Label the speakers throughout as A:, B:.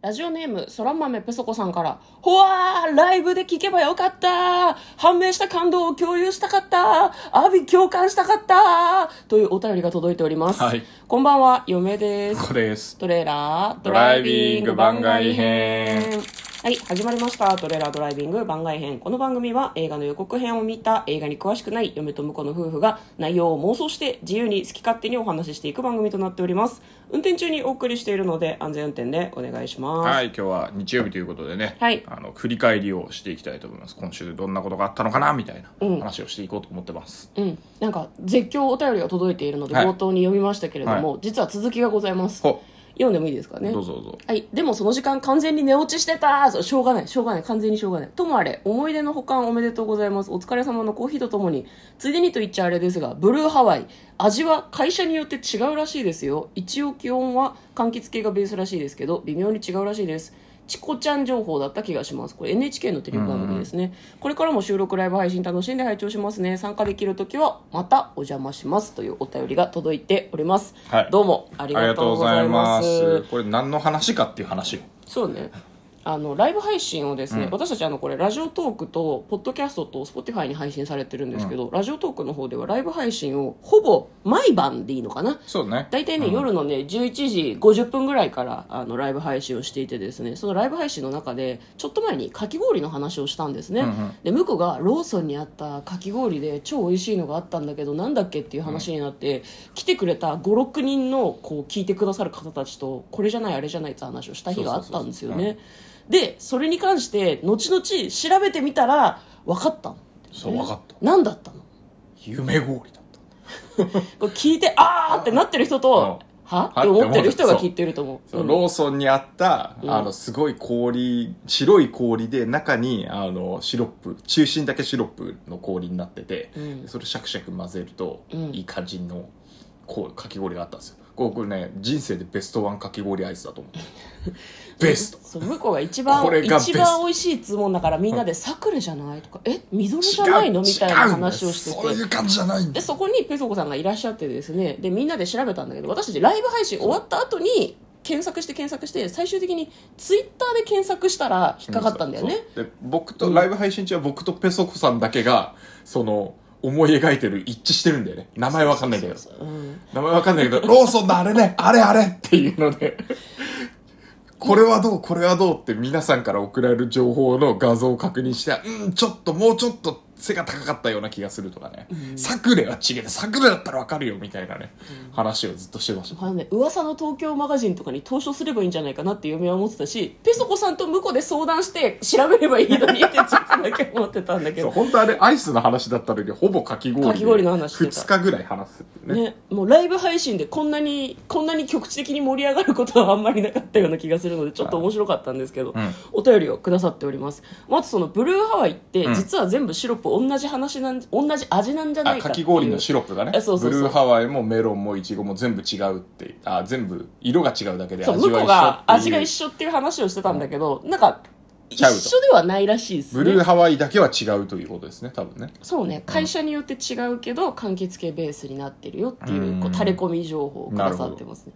A: ラジオネーム、そら豆ペソコさんから、ほわーライブで聞けばよかった判明した感動を共有したかった阿ビ共感したかったというお便りが届いております。
B: はい
A: こんばんは、嫁です。
B: こです。
A: トレーラード
B: ドライビング番外編。
A: はい、始まりました。トレーラードライビング番外編。この番組は映画の予告編を見た映画に詳しくない嫁と婿の夫婦が内容を妄想して自由に好き勝手にお話ししていく番組となっております。運転中にお送りしているので安全運転でお願いします。
B: はい、今日は日曜日ということでね、
A: はい
B: あの振り返りをしていきたいと思います。今週どんなことがあったのかなみたいな話をしていこうと思ってます。
A: うん、なんか絶叫お便りが届いているので
B: はい
A: 冒頭に読みましたけれども、実は続きがございます
B: ほ
A: 読んでもいいですかね
B: どうぞどうぞ。
A: はい、でもその時間完全に寝落ちしてたそうしょうがないしょうがない完全にしょうがないともあれ思い出の保管おめでとうございますお疲れ様のコーヒーとともについでにと言っちゃあれですがブルーハワイ味は会社によって違うらしいですよ一応気温は柑橘系がベースらしいですけど微妙に違うらしいですチコちゃん情報だった気がしますこれ NHK のテレビ番組ですねこれからも収録ライブ配信楽しんで拝聴しますね参加できる時はまたお邪魔しますというお便りが届いております、
B: はい
A: どうもあり
B: あり
A: が
B: が
A: と
B: とう
A: う
B: ご
A: ご
B: ざ
A: ざ
B: い
A: い
B: ま
A: ます
B: す。これ何の話かっていう話よ。
A: そうねあのライブ配信をですね、私たちあのこれラジオトークとポッドキャストと Spotify に配信されてるんですけど、ラジオトークの方ではライブ配信をほぼ毎晩でいいのかな
B: そうね。
A: 大体ね、夜のね11時50分ぐらいからあのライブ配信をしていてですねそのライブ配信の中でちょっと前にかき氷の話をしたんですね、
B: うんうん
A: で向こうがローソンにあったかき氷で超美味しいのがあったんだけどなんだっけっていう話になって、来てくれた56人のこう聞いてくださる方たちとこれじゃないあれじゃないって話をした日があったんですよ
B: そうそう
A: ねでそれに関して後々調べてみたら分かったの
B: そう、わかった。
A: 何だったの
B: 夢氷だっ
A: これ聞いてあーってなってる人と、は
B: は
A: って思ってる人が聞いてると思
B: た。
A: う。うん
B: ローソンにあった、
A: うん
B: あの、すごい氷、白い氷で、中に、あの、シロップ、中心だけシロップの氷になってて、
A: うん
B: それシャクシャク混ぜると、
A: うん
B: いい感じのこうかき氷があったんですよこれこれね人生でベストワンかき氷アイスだと 思うベスト
A: そう向こうが一番
B: これがベスト
A: 一番美味しいっつもんだからみんなで「さくれじゃない?」とか「えみぞれじゃないの?」みたいな話をして
B: 違うんだよそうい
A: て
B: う感じじゃないんだ
A: で
B: よ
A: そこにペソコさんがいらっしゃってですねでみんなで調べたんだけど私たちライブ配信終わった後に検索して検索して最終的にツイッターで検索したら引っかかったんだよね
B: そうで僕とライブ配信中は僕とペソコさんだけがその思い描いてる一致してるんだよね名前わかんないんだけど
A: そうそうそううん
B: 名前わかんないけどローソンのあれねあれあれっていうのでこれはどうこれはどうって皆さんから送られる情報の画像を確認してうんちょっともうちょっと背が高かったような気がするとかねさくれは違えてさくれだったらわかるよみたいなね話をずっとしてました
A: あのね、噂の東京マガジンとかに投書すればいいんじゃないかなって嫁は思ってたしペソコさんと婿で相談して調べればいいのにってちょっとだけ思ってたんだけ
B: そう
A: ど、
B: 本当あれアイスの話だったのにほぼかき氷
A: かき氷の話してた
B: 2日ぐらい話すっていうね
A: ね、もうライブ配信でこんなにこんなに局地的に盛り上がることはあんまりなかったような気がするのでちょっと面白かったんですけど、
B: うん
A: お便りをくださっておりますまずそのブルーハワイって
B: ん
A: 実は全部シロップ同じ話なん同じ味なんじゃな
B: あ
A: いか
B: か
A: ってい
B: き
A: う
B: 氷のシロップがね
A: あそうそうそう
B: ブルーハワイもメロンもイチゴも全部違うってあ全部色が違うだけで
A: そ
B: 味
A: う
B: は
A: 向こ
B: 一緒
A: うが
B: って
A: 味
B: いう
A: が一緒っていう話をしてたんだけど、なんか一
B: ちゃうと
A: 緒ではないらしいですね
B: ブルーハワイだけは違うということですね、多分ね。
A: そうね会社によって違うけど、柑橘系ベースになってるよっていう
B: うん
A: こう垂れ込み情報をくださってますね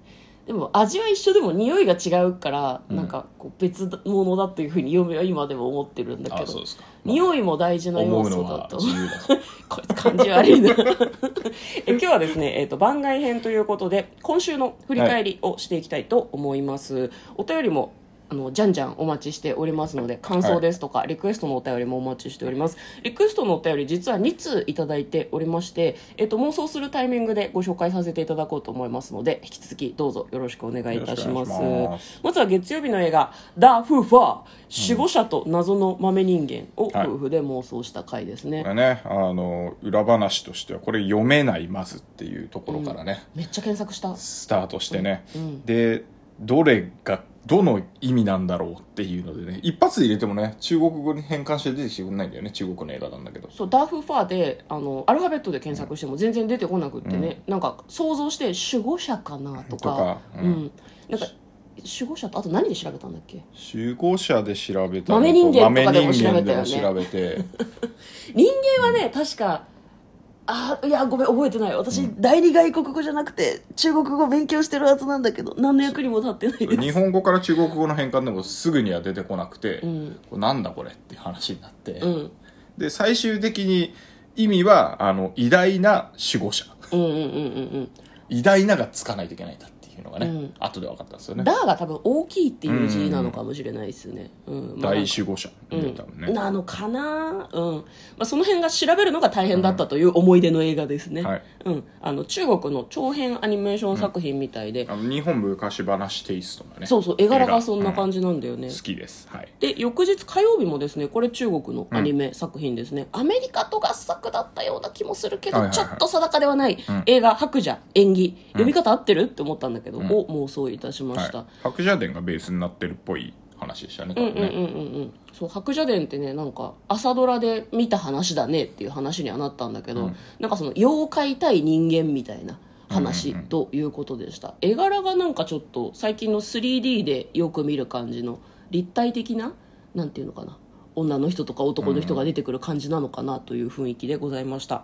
A: でも味は一緒でも匂いが違うから、
B: うん
A: なんかこう別物だというふうに嫁は今でも思ってるんだけ
B: あそう
A: ど
B: ですか。
A: 匂いも大事な
B: 思
A: 要
B: うの
A: 素だ
B: は
A: と
B: 自由だ。
A: こいつ感じ悪いなえ今日はですね、えー、と番外編ということで今週の振り返りをしていきたいと思います、お便りもあのじゃんじゃんお待ちしておりますので感想ですとか、リクエストのお便りもお待ちしておりますリクエストのお便り実は2通いただいておりまして、えー、と妄想するタイミングでご紹介させていただこうと思いますので引き続きどうぞよろしくお願いいたします
B: よろしくお願いします
A: まずは月曜日の映画「ダ・フーファー守護者と謎の豆人間」を
B: はい
A: 夫婦で妄想した回ですね、
B: こ れね、あの、裏話としては、これ読めないまずっていうところからね、
A: めっちゃ検索した
B: スタートしてね。
A: うん
B: で、どれが、どの意味なんだろうっていうのでね、一発で入れてもね、中国語に変換して出てきてくれないんだよね、中国の映画なんだけど。
A: そうダーフーファーであのアルファベットで検索しても全然出てこなくってね、なんか想像して守護者かなとか
B: とか、
A: う
B: うんん
A: なんか守護者とあと何で調べたんだっけ
B: 集合者で調べたの
A: 豆人間とかでも調べたよね
B: 豆人間でも調べて、
A: 人間はね、確かあいやごめん覚えてない私、第二外国語じゃなくて中国語勉強してるはずなんだけど何の役にも立ってないです
B: 日本語から中国語の変換でもすぐには出てこなくて、
A: うん
B: これなんだこれって話になって、
A: うん
B: で最終的に意味はあの偉大な守護者
A: うんうんうんうん
B: 偉大ながつかないといけないんだっていうのがね、
A: うん
B: 後で分かったんですよ
A: う
B: ね
A: んだが多分大きいっていう字なのかもしれないですね、うんまあ
B: 大守護者みたいなね、
A: なのかな、うんまあ、その辺が調べるのが大変だったという思い出の映画ですね、
B: はい
A: うん、あの中国の長編アニメーション作品みたいで、
B: あの日本昔話テイストがね
A: そうそう絵柄がそんな
B: じ、
A: 感じなんだよね、
B: うん好きですはい
A: で翌日火曜日もですねこれ中国のアニメ作品ですね、アメリカと合作だったような気もするけど、
B: はいはいはい
A: ちょっと定かではない、
B: ん
A: 映画「白蛇演技」読み方合ってるって思ったんだけど、を妄想いたしま
B: は
A: し
B: い
A: た、
B: 白蛇伝がベースになってるっぽい話でしたね多
A: うんうん
B: 分
A: うん
B: ね、
A: うんうんそう白蛇伝ってねなんか朝ドラで見た話だねっていう話にはなったんだけど、なんかその妖怪対人間みたいな話ということでした、絵柄がなんかちょっと最近の 3D でよく見る感じの立体的ななんていうのかな女の人とか男の人が出てくる感じなのかなという雰囲気でございました、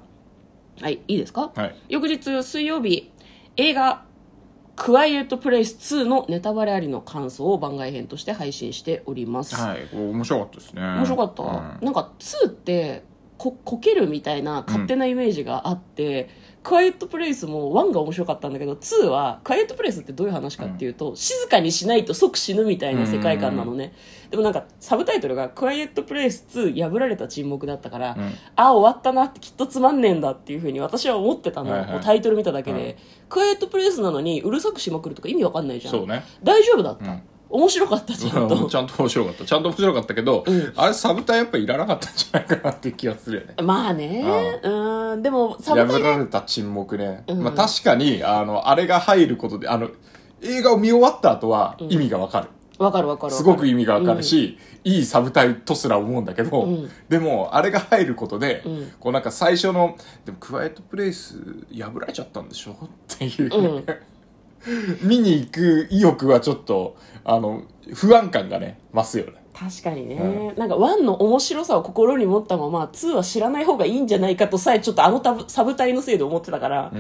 A: はいいいですか、
B: はい
A: 翌日水曜日映画「クワイエットプレイス2」のネタバレありの感想を番外編として配信しております、
B: はいこれ面白かったですね
A: 面白かった、
B: うん
A: なんか2ってここけるみたいな勝手なイメージがあって、クワイエットプレイスも1が面白かったんだけど2はクワイエットプレイスってどういう話かっていうと、静かにしないと即死ぬみたいな世界観なのね、でもなんかサブタイトルが「クワイエットプレイス2破られた沈黙」だったから、
B: うん
A: あ終わったなってきっとつまんねえんだっていうふうに私は思ってたの、
B: はいはい
A: もうタイトル見ただけで、
B: はい
A: クワイエットプレイスなのにうるさくしまくるとか意味わかんないじゃん、
B: そうね
A: 大丈夫だった、
B: うん
A: 面白かったちゃんと
B: ちゃんと面白かったちゃんと面白かったけど、
A: うん
B: あれサブタイやっぱいらなかったんじゃないかなっていう気がするよね
A: まあねうんでもサブタ
B: 破
A: イト
B: られた沈黙ね、
A: うん
B: まあ、確かにあのあれが入ることであの映画を見終わった後は意味がわかる、
A: ルわかるわかるわかる
B: すごく意味がわかるし、いいサブタイとすら思うんだけど、
A: うん
B: でもあれが入ることで、
A: うん、
B: こうなんか最初の「でもクワイエットプレイス破られちゃったんでしょ?」っていううん 見に行く意欲はちょっとあの不安感がね増すよね
A: 確かにね、なんか1の面白さを心に持ったまま2は知らない方がいいんじゃないかとさえちょっとあのタブサブタイのせいで思ってたから、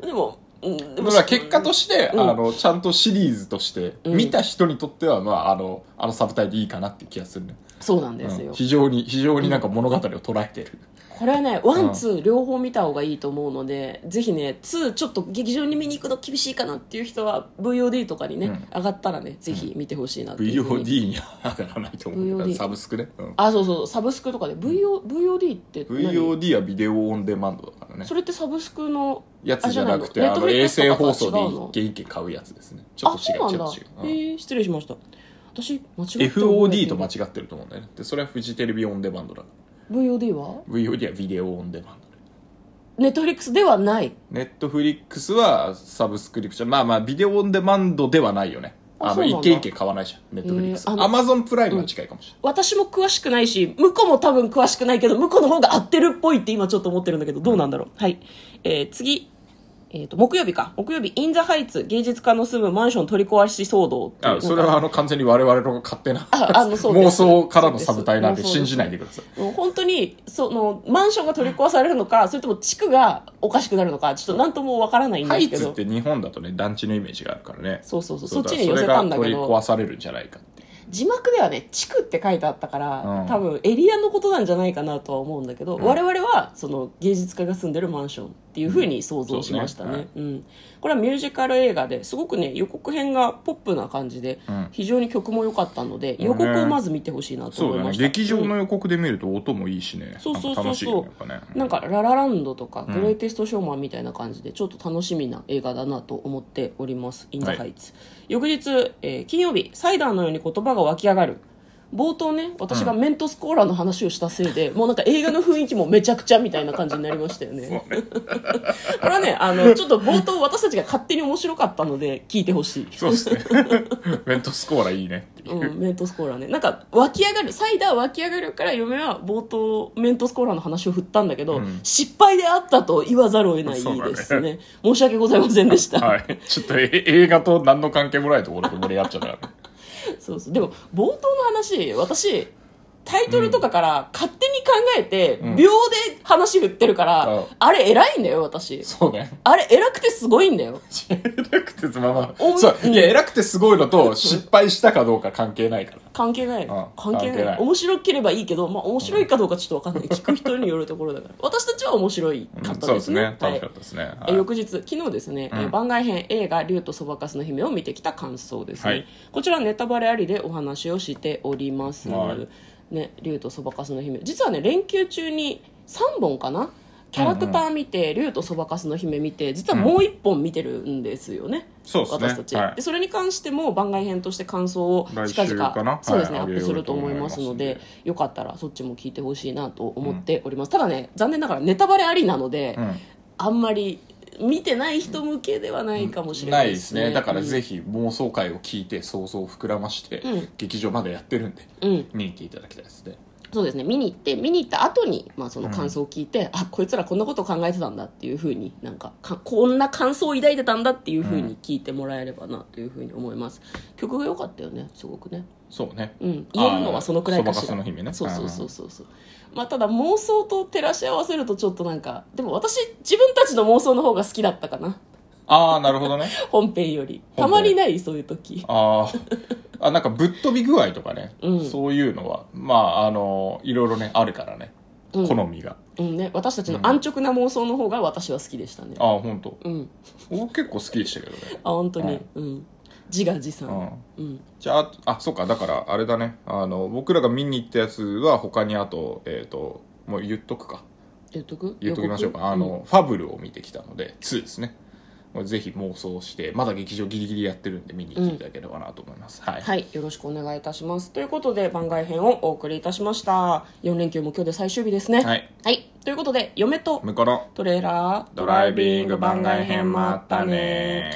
A: でも、うん、でも
B: だから結果として、
A: うん
B: あのちゃんとシリーズとして、
A: うん
B: 見た人にとっては、まあ、あのあのサブタイでいいかなって気がするね、
A: そうなんです
B: うん
A: よ、
B: 非常に非常になんか物語を捉えてる、
A: これはねワ
B: う
A: ン
B: ん
A: ツー両方見た方がいいと思うのでぜひねツーちょっと劇場に見に行くの厳しいかなっていう人は VOD とかにね、
B: うん
A: 上がったらねぜひ見てほしいなっていうふうに
B: VOD には上がらないと思うけど
A: VOD
B: サブスクね、うん
A: あそうそうサブスクとかで VO VOD って何
B: VOD はビデオオンデマンドだからね
A: それってサブスクの
B: やつじゃなくて
A: れ
B: あ
A: じゃ
B: の
A: ない
B: 衛
A: の Netflix
B: 星放送
A: とかは違うの
B: で一軒一軒買うやつですねちょっと違う
A: あそう
B: ち
A: なん
B: ょっ
A: だ
B: と
A: え
B: 違う、
A: ー、失礼しました私間違
B: うん
A: って覚え
B: FOD
A: て
B: と間
A: る
B: 違ってると思うんだよねでそれはフジテレビオンデマンドだか
A: VOD は
B: ら VOD はビデオオンデマンド
A: ネットフリックスではない
B: ネットフリックスはサブスクリプション。まあまあ、ビデオオンデマンドではないよね。
A: あ
B: あ
A: そ
B: の、
A: うなんだ
B: 一軒一軒買わないじゃん、ネットフリック
A: え
B: ス。
A: ーあの
B: アマゾンプライムは近いかもし
A: 私も詳しくないし向こうも多分詳しくないけど向こうの方が合ってるっぽいって今ちょっと思ってるんだけどどうなんだろう、はい、えー、次えー、と木曜日か木曜日イン・ザ・ハイツ芸術家の住むマンション取り壊し騒動って
B: れ
A: いう
B: ない。あ、それはあの、完全に我々の勝手な
A: ああのそうで
B: 妄
A: す
B: 想からのサブタイなんで
A: そうです
B: 信じないでください。
A: もう本当にそのマンションが取り壊されるのかそれとも地区がおかしくなるのかちょっと何ともわからないん
B: ハ
A: です
B: イ
A: け
B: ツっ
A: ど
B: て日本だとね、団地のイメージがあるからね。
A: そうそうそう
B: う
A: そっ
B: だ
A: ちに寄せたんだけ
B: それが
A: ど
B: 取り壊されるんじゃないかって。
A: 字幕ではね地区って書いてあったから、
B: うん
A: 多分エリアのことなんじゃないかなとは思うんだけど、
B: うん
A: 我々はその芸術家が住んでるマンションっていうふうに想像しましたね,、
B: う
A: うんん
B: そうね
A: これはミュージカル映画ですごくね予告編がポップな感じで、
B: うん
A: 非常に曲も良かったので、予告をまず見てほしいなと
B: そ
A: 思
B: う
A: い
B: だ
A: ま
B: ね。
A: した、
B: 劇場
A: うん
B: の予告で見ると音もいいしね。
A: そうそうそうそう
B: なんか楽しいよねやっぱね。
A: なんか、ララランドとか、
B: うん
A: グレイテストショーマンみたいな感じで、ちょっと楽しみな映画だなと思っております。インザ
B: は
A: ハ
B: い
A: イツ。翌日、えー金曜日、サイダーのように言葉が湧き上がる。冒頭ね、私がメントスコーラの話をしたせいで、もうなんか映画の雰囲気もめちゃくちゃみたいな感じになりましたよね。 これはね、あの、ちょっと冒頭私たちが勝手に面白かったので、聞いてほしい。
B: そうですね。 メントスコーラいいねっていう。
A: うん、メントスコーラねなんか湧き上がるサイダー湧き上がるから嫁は冒頭メントスコーラの話を振ったんだけど、
B: うん
A: 失敗であったと言わざるを得ない
B: そうだね
A: ですね申し訳ございませんでした、
B: はい。ちょっとえ映画と何の関係もないところで盛り上がっちゃったからね。
A: そうそうでも冒頭の話私タイトルとかから勝手に考えて、
B: うん
A: 秒で話振ってるから、
B: うん
A: あれ偉いんだよ、私。
B: そうね。
A: あれ偉くてすごいんだよ。
B: 偉くて、まあま
A: お
B: あ。そう。いや、偉くてすごいのと、失敗したかどうか関係ないから。
A: 関係ない、
B: うん
A: 関係
B: 関
A: な
B: 係
A: い
B: ない
A: 面白ければいいけど、まあ、面白いかどうかちょっとわかんない聞く人によるところだから私たちは面白いかった
B: そう
A: で
B: ですす
A: ねは
B: ね。
A: い
B: 楽しかったですね。は
A: え
B: い
A: 翌日昨日ですね、え
B: うん
A: 番外編映画「竜とそばかすの姫」を見てきた感想ですね、
B: はい
A: こちらネタバレありでお話をしております、
B: はい
A: ね、竜とそばかすの姫実はね連休中に3本かなキャラクター見て、竜とそばかすの姫見て実はもう1本見てるんですよね、
B: そうですね。
A: 私たち、
B: はい
A: でそれに関しても番外編として感想を
B: 来
A: 近
B: 週
A: 々
B: かな
A: そうですね、
B: はい
A: アップすると思いますの
B: 上げよ
A: で
B: うと思いま
A: よかったらそっちも聞いてほしいなと思っております、ただね残念ながらネタバレありなので、
B: うん
A: あんまり見てない人向けではないかもしれ
B: な
A: ない
B: い
A: で
B: ですす
A: ね
B: ねだから
A: ひ、
B: ぜひ妄想会を聞いて想像を膨らまして、
A: うん
B: 劇場までやってるんで
A: うんうん
B: 見に行っていただきたいですね
A: そうですね見に行って見に行った後にまあ、その感想を聞いて、あこいつらこんなことを考えてたんだっていうふうになんかかこんな感想を抱いてたんだっていうふうに聞いてもらえればなというふうに思います、曲が良かったよねすごくね
B: そうね
A: うん、言えるのはそのくらいかしら
B: そばかすの姫ね
A: そうそうそうそうそうまあただ妄想と照らし合わせるとちょっとなんかでも私自分たちの妄想の方が好きだったかな
B: ああなるほ どね
A: 本編より
B: 本編
A: たまにないそういう時
B: あーあなんかぶっ飛び具合とかね、
A: うん
B: そういうのはまああのいろいろねあるからね
A: うん
B: 好みが、
A: うんね私たちの安直な妄想の方が私は好きでしたね
B: ああ本当。
A: うん
B: 僕結構好きでしたけどね
A: あ本当に
B: はい
A: うん自画自賛
B: うん
A: うん
B: じゃああそうかだからあれだねあの僕らが見に行ったやつは他にあとえっ、ともう言っとくか
A: 言っとく
B: 言っときましょうか。あ
A: 予告
B: の、ファブルを見てきたので、2ですね。もうぜひ妄想して、まだ劇場ギリギリやってるんで見に行っていただければなと思います。はい。
A: はい、よろしくお願いいたします。ということで、番外編をお送りいたしました。4連休も今日で最終日ですね。
B: はい。
A: はい、ということで、嫁と
B: 向こうの
A: トレーラード
B: ドライビング番外編もあったね